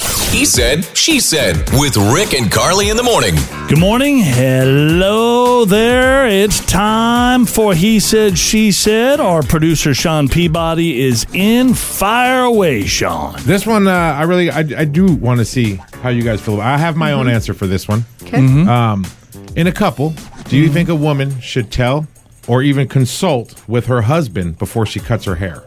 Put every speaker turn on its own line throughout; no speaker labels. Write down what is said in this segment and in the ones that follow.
He said, she said with Rick and Carly in the morning.
Good morning. Hello there. It's time for He Said, She Said. Our producer, Sean Peabody, is in. Fire away, Sean.
This one, uh, I really, I, I do want to see how you guys feel. I have my own answer for this one.
Okay.
Mm-hmm.
Um, in a couple, do you think a woman should tell or even consult with her husband before she cuts her hair?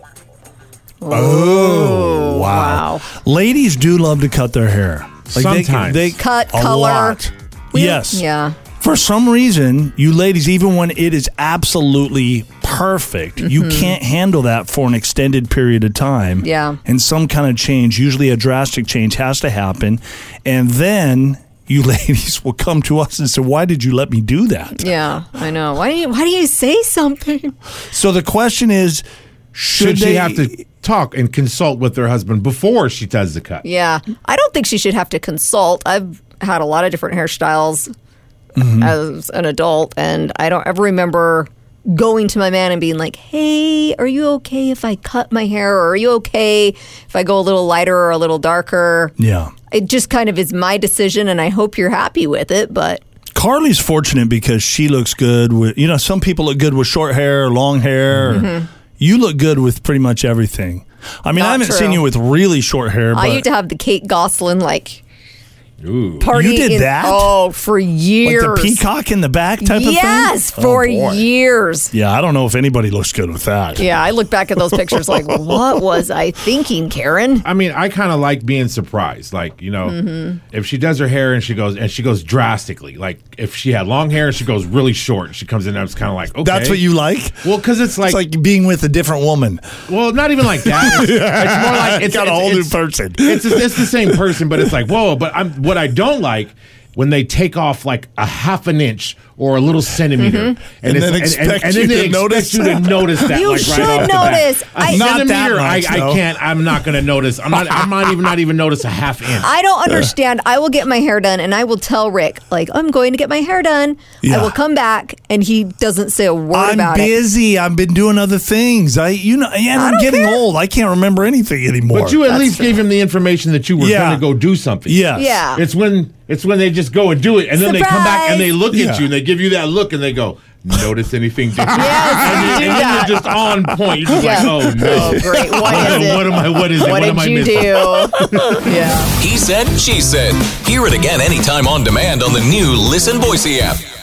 wow.
Ladies do love to cut their hair. they can-
Sometimes.
They,
Cut,
a
color.
lot. Yes.
Yeah.
For some reason, you ladies, even when it is absolutely perfect, you can't handle that for an extended period of time.
Mm-hmm. Yeah.
And some kind of change, usually a drastic change, has to happen. And then you ladies will come to us and say, Why did you let me do that?
Yeah. I know. Why do you why do you say something?
So the question is should,
Should, she
they-
have to talk and consult with her husband before she does the cut?
Yeah. I don't think she should have to consult. I've had a lot of different hairstyles
Mm-hmm.
as an adult and I don't ever remember going to my man and being like, "Hey, are you okay if I cut my hair or are you okay if I go a little lighter or a little darker?"
Yeah.
It just kind of is my decision and I hope you're happy with it, but
Carly's fortunate because she looks good with, you know, some people look good with short hair, long hair. or- You look good with pretty much everything. I mean,
Mm-hmm. Not
I haven't
true. Uh,
seen you with really short hair, but
I used to have the Kate Gosselin like
Ooh.
party.
You did
in-
that?
Oh, for years.
like the peacock in the back type of thing.
Yes,
Oh,
for
boy.
years.
Yeah, I don't know if anybody looks good with that.
Yeah, I look back at those pictures like, what was I thinking, Karen?
I mean, I kind of like being surprised. Like, you know, if she does her hair and she goes and she goes drastically. Like, if she had long hair and she goes really short, she comes in and it's kind of like, okay,
That's what you like?
Well, because it's
It's
like,
like being with a different woman.
well, not even like that. It's, it's more like it's
got a
it's-
whole new
it's-
person.
it's it's the same person, but it's like whoa. But I'm what I don't like when they take off like a half an inch or a little centimeter,
Mm-hmm. And
it's-
then expect
then
you
they
to
expect
notice.
you to notice that.
You
like,
should
right off
notice.
The
I-
bat. A
Not
that
centimeter,
much,
I,
though.
I can't. I'm not going to notice. I'm not. I might even not even notice a half inch.
I don't understand. I will get my hair done and I will tell Rick, like, I'm going to get my hair done.
Yeah.
I will come back and he doesn't say a word
I'm
about it.
busy. I've been doing other things. I, you know, and I'm
don't
getting
care.
old. I can't remember anything anymore.
but you at least gave him the information that you were
Yeah.
going to go do something.
yes.
Yeah.
It's when it's when they just go and do it, and then they come back and they
Surprise!
look
Yeah.
at you and they give you that look and they go, "Notice anything different?"
Yes,
and,
you
you-
do
and then
that.
you're just on point. You're just
Yeah.
like, "Oh no,
Oh, great. What
what,
is it?
what am I? What is it?
What,
What,
did
am I
you
missing?"
do? yeah.
He said, she said. Hear it again anytime on demand on the new Listen Boise app.